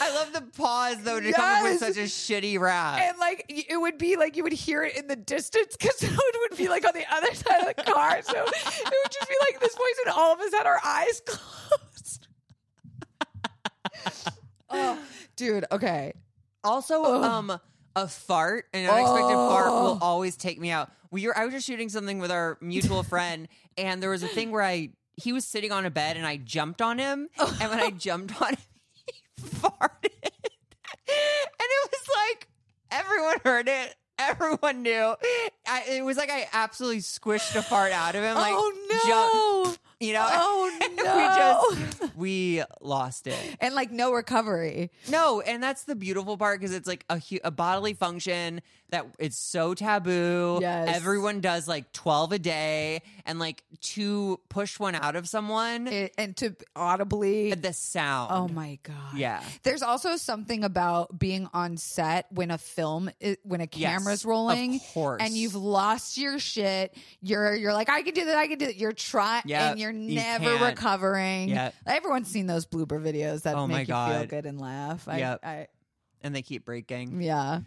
B: I love the pause though to come up with
D: Yes.
B: such a shitty rap.
D: and like y- it would be like you would hear it in the distance because someone would be like on the other side of the car, so it would just be like this voice, and all of us had our eyes closed. oh, dude. Okay.
B: Also,
D: Oh.
B: um, a fart, an unexpected fart will always take me out. We were, I was just shooting something with our mutual friend, and there was a thing where I he was sitting on a bed and I jumped on him,
D: Oh.
B: and when I jumped on him, he farted, and it was like everyone heard it. Everyone knew. I, it was like I absolutely squished a fart out of him. Like,
D: oh no.
B: jump, you know.
D: Oh
B: And
D: no.
B: we just we lost it.
D: and like no recovery.
B: No, and that's the beautiful part because it's like a hu- a bodily function that it's so taboo.
D: Yes.
B: Everyone does like 12 a day and like to push one out of someone
D: It, and to audibly.
B: the sound.
D: Oh my god.
B: Yeah.
D: There's also something about being on set when a film i- when a
B: Yes,
D: camera's
B: of
D: rolling
B: course.
D: and you've lost your shit. You're you're like I can do that. I can do that. You're trying
B: Yeah,
D: and you're
B: you
D: never
B: can't.
D: recovering.
B: Yeah.
D: Everyone's seen those blooper videos that
B: Oh my
D: make you feel
B: God.
D: good and laugh. I,
B: Yep.
D: I
B: And they keep breaking.
D: yeah.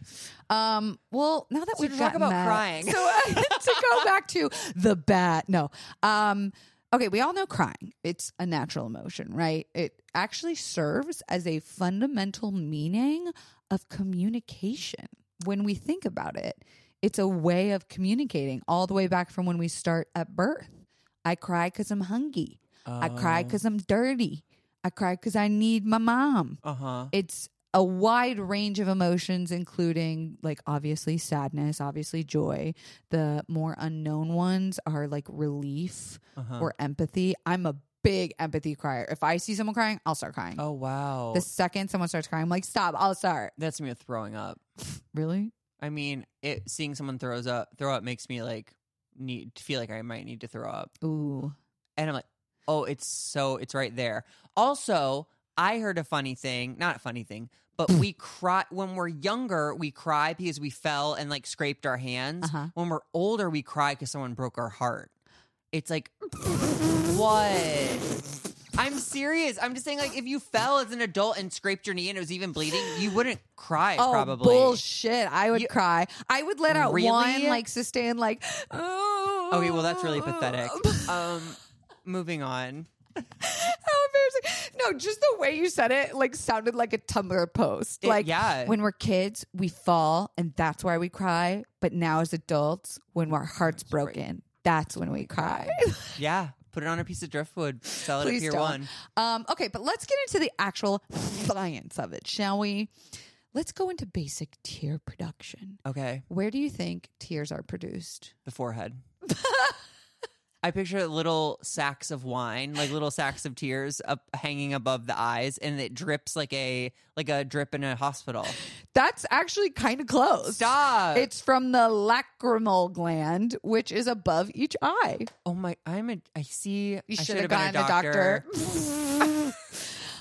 D: Um, well, now that
B: So
D: we've
B: to talk
D: gotten
B: about
D: that-
B: crying.
D: so uh, to go back to the bat. No. Um, okay, we all know crying. It's a natural emotion, right? It actually serves as a fundamental meaning of communication when we think about it. It's a way of communicating all the way back from when we start at birth. I cry because I'm hungry. I cry because I'm dirty. I cry because I need my mom
B: Uh huh.
D: it's a wide range of emotions including like obviously sadness obviously joy the more unknown ones are like relief
B: Uh-huh.
D: or empathy i'm a big empathy crier if i see someone crying i'll start crying
B: Oh wow.
D: the second someone starts crying i'm like stop i'll start
B: that's me with throwing up.
D: really
B: I mean, it seeing someone throws up throw up makes me like need feel like I might need to throw up.
D: ooh
B: And I'm like, oh, it's so, it's right there. Also, I heard a funny thing, not a funny thing, but we cry when we're younger, we cry because we fell and like scraped our hands.
D: Uh-huh.
B: When we're older, we cry because someone broke our heart. It's like, what? I'm serious. I'm just saying, like, if you fell as an adult and scraped your knee and it was even bleeding, you wouldn't cry,
D: Oh
B: probably.
D: bullshit! I would
B: You-
D: cry. I would let out
B: Really?
D: one like sustained like.
B: Okay, well, that's really
D: "Oh."
B: pathetic. Um, moving on.
D: How embarrassing. No, just the way you said it like sounded like a Tumblr post.
B: It-
D: like
B: yeah.
D: when we're kids, we fall and that's why we cry. But now as adults, when our heart's broken, that's when we cry.
B: Yeah, put it on a piece of driftwood, sell it at
D: Please
B: Pier
D: don't.
B: One.
D: Um, okay, but let's get into the actual science of it, shall we? Let's go into basic tear production.
B: Okay.
D: Where do you think tears are produced?
B: The forehead. I picture little sacks of wine, like little sacks of tears up hanging above the eyes, and it drips like a like a drip in a hospital.
D: That's actually kind of close.
B: Stop.
D: It's from the lacrimal gland, which is above each eye.
B: oh my I'm a I see
D: You
B: I
D: should have
B: been
D: gone to doctor.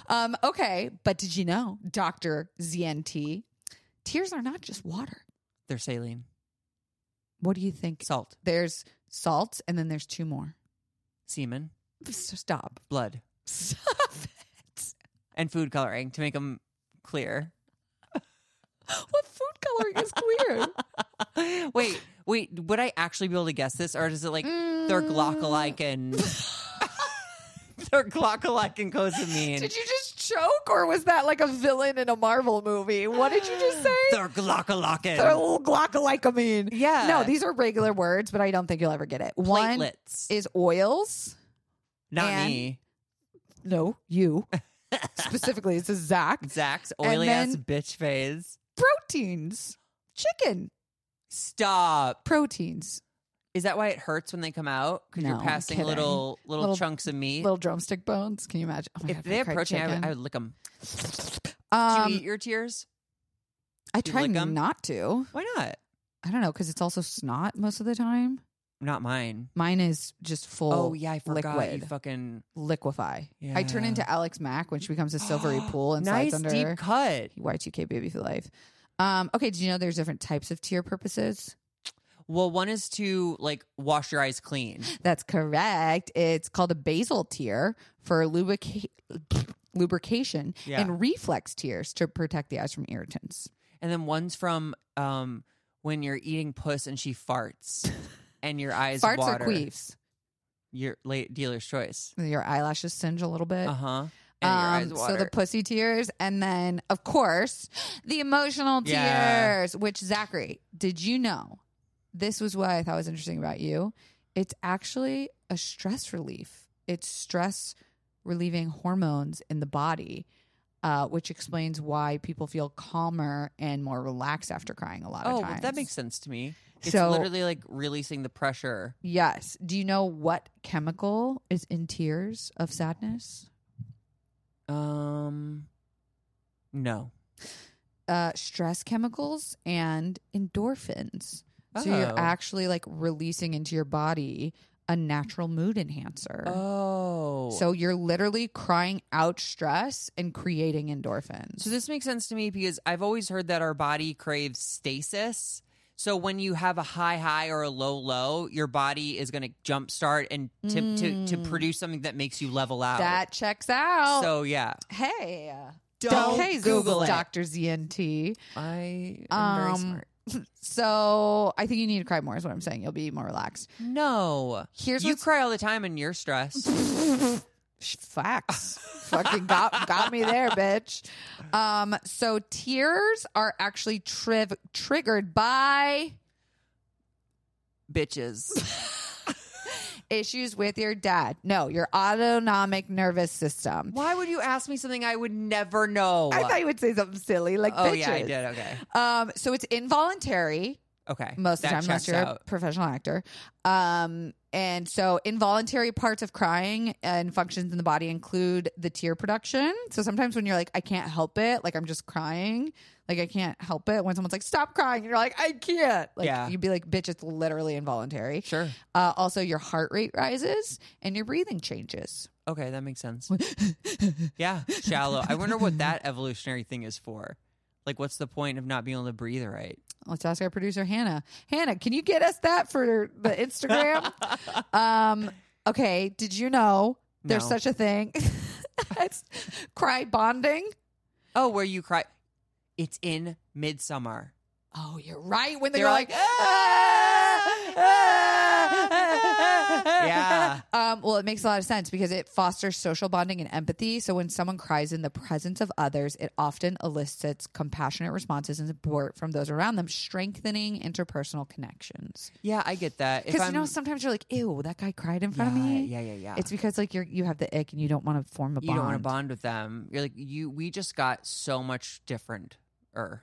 D: um, okay, but did you know, Doctor ZNT, tears are not just water.
B: They're saline.
D: What do you think?
B: Salt.
D: There's salt, and then there's two more.
B: Semen.
D: So stop.
B: Blood.
D: Stop it.
B: And food coloring to make them clear.
D: What food coloring is clear?
B: Wait, wait, would I actually be able to guess this? Or is it like they're glockalycan?
D: Mm.
B: they're glockalycan cosamine.
D: did you just choke, or was that like a villain in a Marvel movie? What did you just say?
B: They're glockalockin.
D: They're a little glockalikeamine.
B: Yeah.
D: No, these are regular words, but I don't think you'll ever get it. One
B: platelets.
D: is oils.
B: Not
D: and-
B: me.
D: No, you. Specifically, it's a Zach.
B: Zach's
D: And
B: oily ass
D: then-
B: bitch phase.
D: Proteins. Chicken.
B: Stop.
D: Proteins.
B: Is that why it hurts when they come out? Because
D: No,
B: you're
D: I'm
B: passing
D: kidding.
B: little, little
D: Little-
B: chunks of meat.
D: Little drumstick bones. Can you imagine? Oh my
B: if
D: God,
B: they
D: I
B: have
D: cried
B: protein, I would,
D: chicken.
B: I would lick them.
D: um,
B: Do you eat your tears?
D: I
B: do you
D: try
B: lick 'em?
D: not to.
B: Why not?
D: I don't know because it's also snot most of the time.
B: Not mine.
D: Mine is just full.
B: Oh yeah, I forgot. You
D: liquid.
B: fucking
D: liquefy. I turn
B: Yeah.
D: into Alex Mack when she becomes a silvery pool and
B: nice
D: slides under
B: deep cut.
D: Y2K baby for life. Um, okay, do you know there's different types of tear purposes?
B: Well, one is to like wash your eyes clean.
D: That's correct. It's called a basal tear for lubrica- lubrication
B: Yeah.
D: and reflex tears to protect the eyes from irritants.
B: And then one's from um when you're eating puss and she farts and your eyes
D: Farts
B: water.
D: or queefs.
B: Your late dealer's choice.
D: Your eyelashes singe a little bit.
B: Uh huh.
D: Um, so the pussy tears, and then of course the emotional tears.
B: Yeah.
D: Which Zachary, did you know? This was what I thought was interesting about you. It's actually a stress relief. It's stress relieving hormones in the body, uh, which explains why people feel calmer and more relaxed after crying a lot
B: oh,
D: of
B: well,
D: times.
B: that makes sense to me. It's
D: So-
B: literally like releasing the pressure.
D: Yes. Do you know what chemical is in tears of sadness?
B: Um, no.
D: uh, stress chemicals and endorphins. So
B: Oh.
D: you're actually like releasing into your body a natural mood enhancer.
B: Oh,
D: So you're literally crying out stress and creating endorphins.
B: So this makes sense to me because I've always heard that our body craves stasis. So when you have a high high or a low low, your body is going to jumpstart and to, to to produce something that makes you level out.
D: Mm. that oh. checks out.
B: so yeah,
D: hey,
B: Don't
D: Okay,
B: Google it.
D: Dr. ZNT.
B: I am very
D: Um,
B: smart.
D: So I think you need to cry more. Is what I'm saying. You'll be more relaxed.
B: No,
D: Here's
B: you
D: what's-
B: cry all the time and you're stressed.
D: Sh- Facts. Fucking got got me there, bitch. Um, so tears are actually triv- triggered by
B: Bitches.
D: issues with your dad. No, your autonomic nervous system.
B: Why would you ask me something I would never know?
D: I thought you would say something silly like
B: oh
D: bitches.
B: yeah, I did. Okay,
D: Um, so it's involuntary.
B: okay.
D: most of the
B: That
D: time unless
B: checks
D: you're a
B: out.
D: professional actor um and so involuntary parts of crying and functions in the body include the tear production so sometimes when you're like i can't help it like i'm just crying like i can't help it when someone's like stop crying and you're like i can't like
B: Yeah.
D: you'd be like bitch it's literally involuntary
B: Sure.
D: uh, also your heart rate rises and your breathing changes
B: Okay, that makes sense. yeah, shallow. I wonder what that evolutionary thing is for. Like, what's the point of not being able to breathe right?
D: Let's ask our producer Hannah. Hannah, can you get us that for the Instagram? um, okay. Did you know there's
B: No.
D: such a thing? it's cry bonding.
B: Oh, where you cry. It's in midsummer.
D: Oh, you're right. When they're,
B: They're
D: like, "Ah."
B: like, Yeah.
D: Um, well, it makes a lot of sense because it fosters social bonding and empathy. So when someone cries in the presence of others, it often elicits compassionate responses and support from those around them, strengthening interpersonal connections.
B: Yeah, I get that. If
D: Because you know,
B: I'm-
D: sometimes you're like, "Ew, that guy cried in
B: yeah,
D: front of me."
B: yeah, yeah, yeah.
D: It's because like you're you have the ick and you don't want to form a
B: you
D: bond.
B: don't want to bond with them. You're like you. We just got so much different. Er.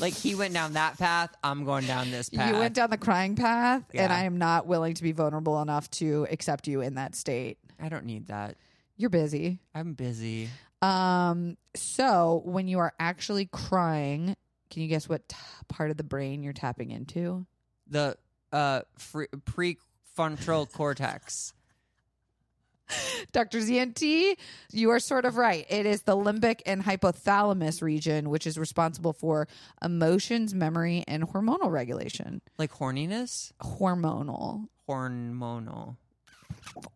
B: like he went down that path. I'm going down this path.
D: You went down the crying path, and
B: Yeah.
D: I am not willing to be vulnerable enough to accept you in that state.
B: I don't need that.
D: You're busy.
B: I'm busy.
D: Um, so when you are actually crying, can you guess what t- part of the brain you're tapping into?
B: The uh fre- prefrontal cortex.
D: Dr. ZNT, you are sort of right. It is the limbic and hypothalamus region, which is responsible for emotions, memory, and hormonal regulation.
B: Like horniness?
D: Hormonal.
B: Hormonal.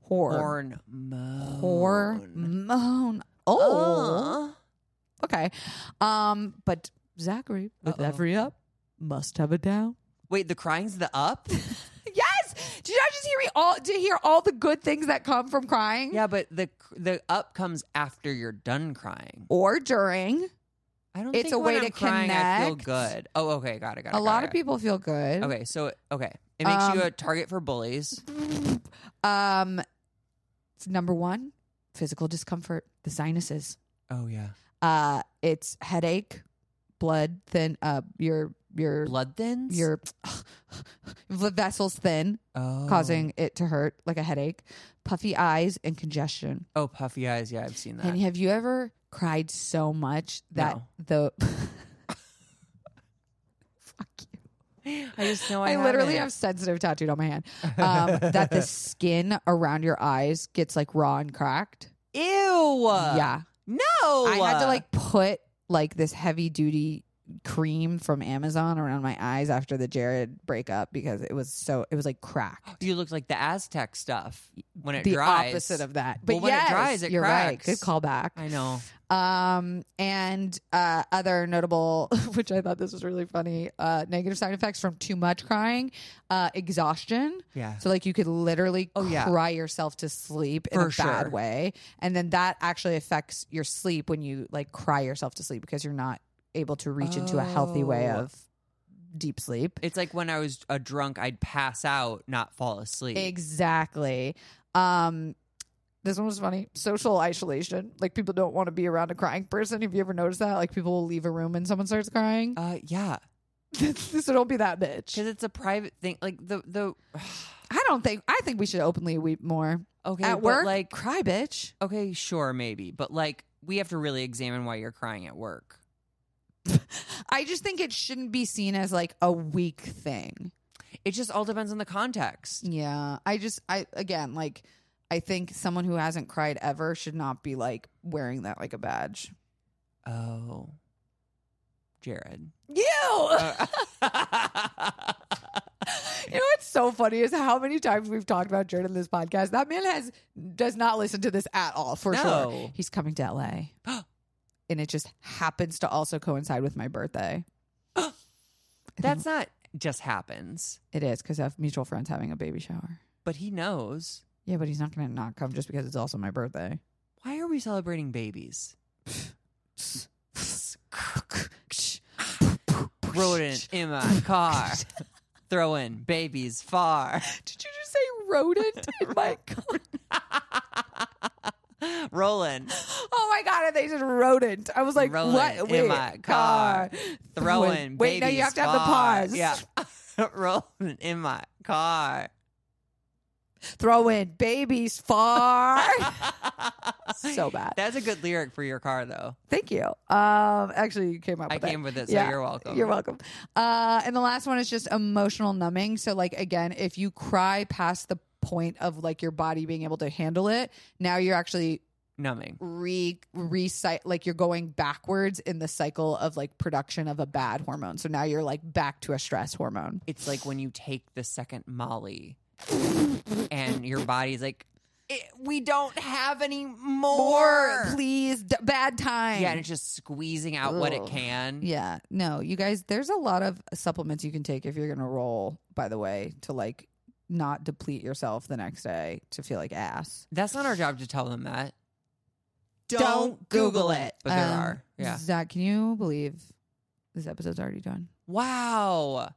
D: Horn.
B: Hormone.
D: Hormone. Oh. Okay. Um, but Zachary, with
B: Uh-oh.
D: every up, must have a down.
B: Wait, the crying's the up?
D: Yes. Did you not just hear me all did you hear all the good things that come from crying?
B: yeah, but the the up comes after you're done crying.
D: Or during.
B: I don't
D: It's
B: think
D: a
B: when
D: way
B: I'm
D: to
B: crying, I feel
D: connect.
B: good. Oh, okay, got it, got it.
D: A
B: got
D: lot
B: it,
D: of
B: got it.
D: people feel good.
B: Okay, so okay. It makes you
D: Um,
B: a target for bullies.
D: Um number one, physical discomfort, the sinuses.
B: Oh yeah.
D: Uh it's headache, blood thin uh your your
B: Blood thins?
D: your vessels thin,
B: oh.
D: causing it to hurt like a headache, puffy eyes, and congestion.
B: Oh, puffy eyes. Yeah, I've seen that.
D: And have you ever cried so much that the fuck you?
B: I just know I,
D: I, literally have
B: haven't.
D: sensitive tattooed on my hand um, that the skin around your eyes gets like raw and cracked.
B: Ew.
D: yeah,
B: No.
D: I had to like put like this heavy duty cream from Amazon around my eyes after the Jared breakup because it was so it was like cracked.
B: You look like the Aztec stuff Oh, when it
D: the
B: dries.
D: opposite of that, but
B: Well, when it
D: yes,
B: dries, it
D: you're
B: cracks.
D: right. Good callback.
B: I know.
D: Um, and uh, other notable, which I thought this was really funny, uh, negative side effects from too much crying, uh, exhaustion.
B: Yeah.
D: So like you could literally
B: Oh, yeah.
D: cry yourself to sleep in
B: For
D: a bad
B: sure.
D: way, and then that actually affects your sleep when you like cry yourself to sleep because you're not able to reach into a healthy way
B: Oh.
D: of deep sleep.
B: It's like when I was a drunk, I'd pass out, not fall asleep.
D: Exactly. Um, this one was funny. Social isolation. Like people don't want to be around a crying person. Have you ever noticed that? Like people will leave a room and someone starts crying.
B: uh, yeah,
D: so don't be that bitch.
B: because it's a private thing. Like the the
D: I don't think. I think we should openly weep more.
B: Okay,
D: at
B: but,
D: work,
B: like-
D: cry, bitch.
B: Okay, sure, maybe, but like we have to really examine why you're crying at work.
D: I just think it shouldn't be seen as like a weak thing.
B: It just all depends on the context.
D: Yeah. I just, I, again, like, I think someone who hasn't cried ever should not be like wearing that like a badge.
B: Oh, Jared.
D: You!
B: Uh,
D: you know what's so funny is how many times we've talked about Jared in this podcast. That man has, does not listen to this at all, for sure.
B: No.
D: He's coming to LA. and it just happens to also coincide with my birthday.
B: that's not just happens,
D: It is because I have mutual friends having a baby shower.
B: but he knows.
D: Yeah, but he's not going to not come just because it's also my birthday.
B: Why are we celebrating babies? Rodent in my car. Throwing babies far.
D: Did you just say rodent in my car?
B: Rolling.
D: Oh my god, I think you said rodent. I was like,
B: Rolling
D: what?
B: in
D: Wait,
B: my car. Throwing
D: Wait, wait, no, you
B: babies
D: have to have the
B: far.
D: pause.
B: Yeah. Rolling in my car.
D: Throwing babies far. so bad.
B: That's a good lyric for your car, though.
D: Thank you. Um, actually, you came up.
B: I
D: with that.
B: came with it, so you're welcome.
D: You're welcome. Uh, and the last one is just emotional numbing. So, like again, if you cry past the point of like your body being able to handle it, now you're actually
B: Numbing.
D: re recite like you're going backwards in the cycle of like production of a bad hormone. So now you're like back to a stress hormone.
B: It's like when you take the second Molly and your body's like, "It- we don't have any more.
D: Or please, d- bad time.
B: Yeah, and it's just squeezing out what it
D: Ugh.
B: can.
D: Yeah. No, you guys, there's a lot of supplements you can take if you're going to roll, by the way, to like not deplete yourself the next day to feel like ass.
B: That's not our job to tell them that. But there
D: Um,
B: are. Yeah.
D: Zach, can you believe this episode's already done?
B: Wow.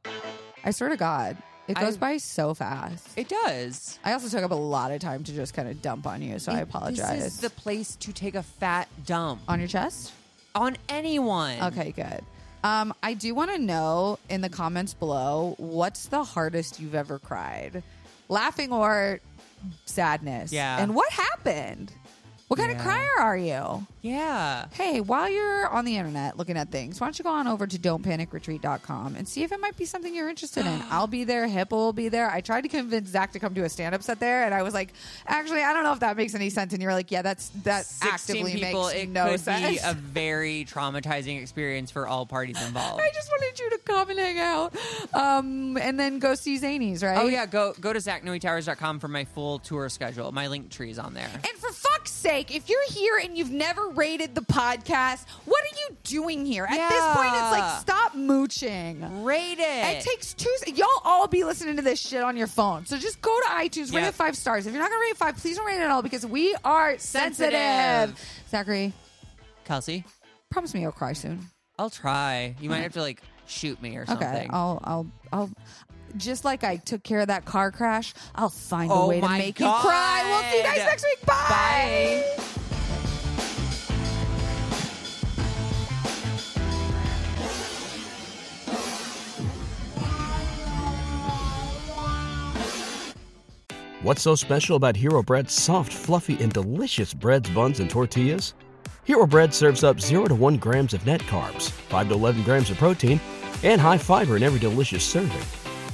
D: I swear to God, it
B: I-
D: goes by so fast.
B: It does.
D: I also took up a lot of time to just kind of dump on you, so I
B: It-
D: apologize.
B: This is the place to take a fat dump
D: on your chest?
B: on anyone.
D: Okay, good. Um, I do want to know in the comments below what's the hardest you've ever cried, laughing or sadness.
B: Yeah.
D: And what happened? What kind of
B: Yeah.
D: crier are you?
B: Yeah.
D: Hey, while you're on the internet looking at things, why don't you go on over to don'tpanicretreat.com and see if it might be something you're interested in. I'll be there. Hippo will be there. I tried to convince Zach to come do a stand up set there, and I was like, actually, I don't know if that makes any sense. And you were like, yeah, that's that
B: 16
D: actively
B: people,
D: makes
B: it
D: no
B: could
D: sense.
B: be a very traumatizing experience for all parties involved.
D: I just wanted you to come and hang out. Um, and then go see Zanies, right?
B: oh yeah, go go to zachnoeytowers.com for my full tour schedule. My link tree is on there.
D: And for fuck's sake, if you're here and you've never rated the podcast, what are you doing here? At this point, it's like
B: Yeah.
D: stop mooching.
B: Rate it.
D: It takes two. Y'all all be listening to this shit on your phone. So just go to iTunes, rate
B: Yep.
D: it five stars. If you're not gonna rate it five, please don't rate it at all because we are sensitive.
B: Sensitive.
D: Zachary,
B: Kelsey,
D: promise me you'll cry soon.
B: I'll try. You might have to like shoot me or something.
D: Okay, I'll, I'll, I'll. Just like I took care of that car crash, I'll find a
B: Oh
D: way to
B: my
D: make you cry. We'll see you guys
B: God.
D: next week. Bye.
B: Bye.
E: What's so special about Hero Bread's soft, fluffy, and delicious breads, buns, and tortillas? Hero Bread serves up 0 to 1 grams of net carbs, 5 to 11 grams of protein, and high fiber in every delicious serving.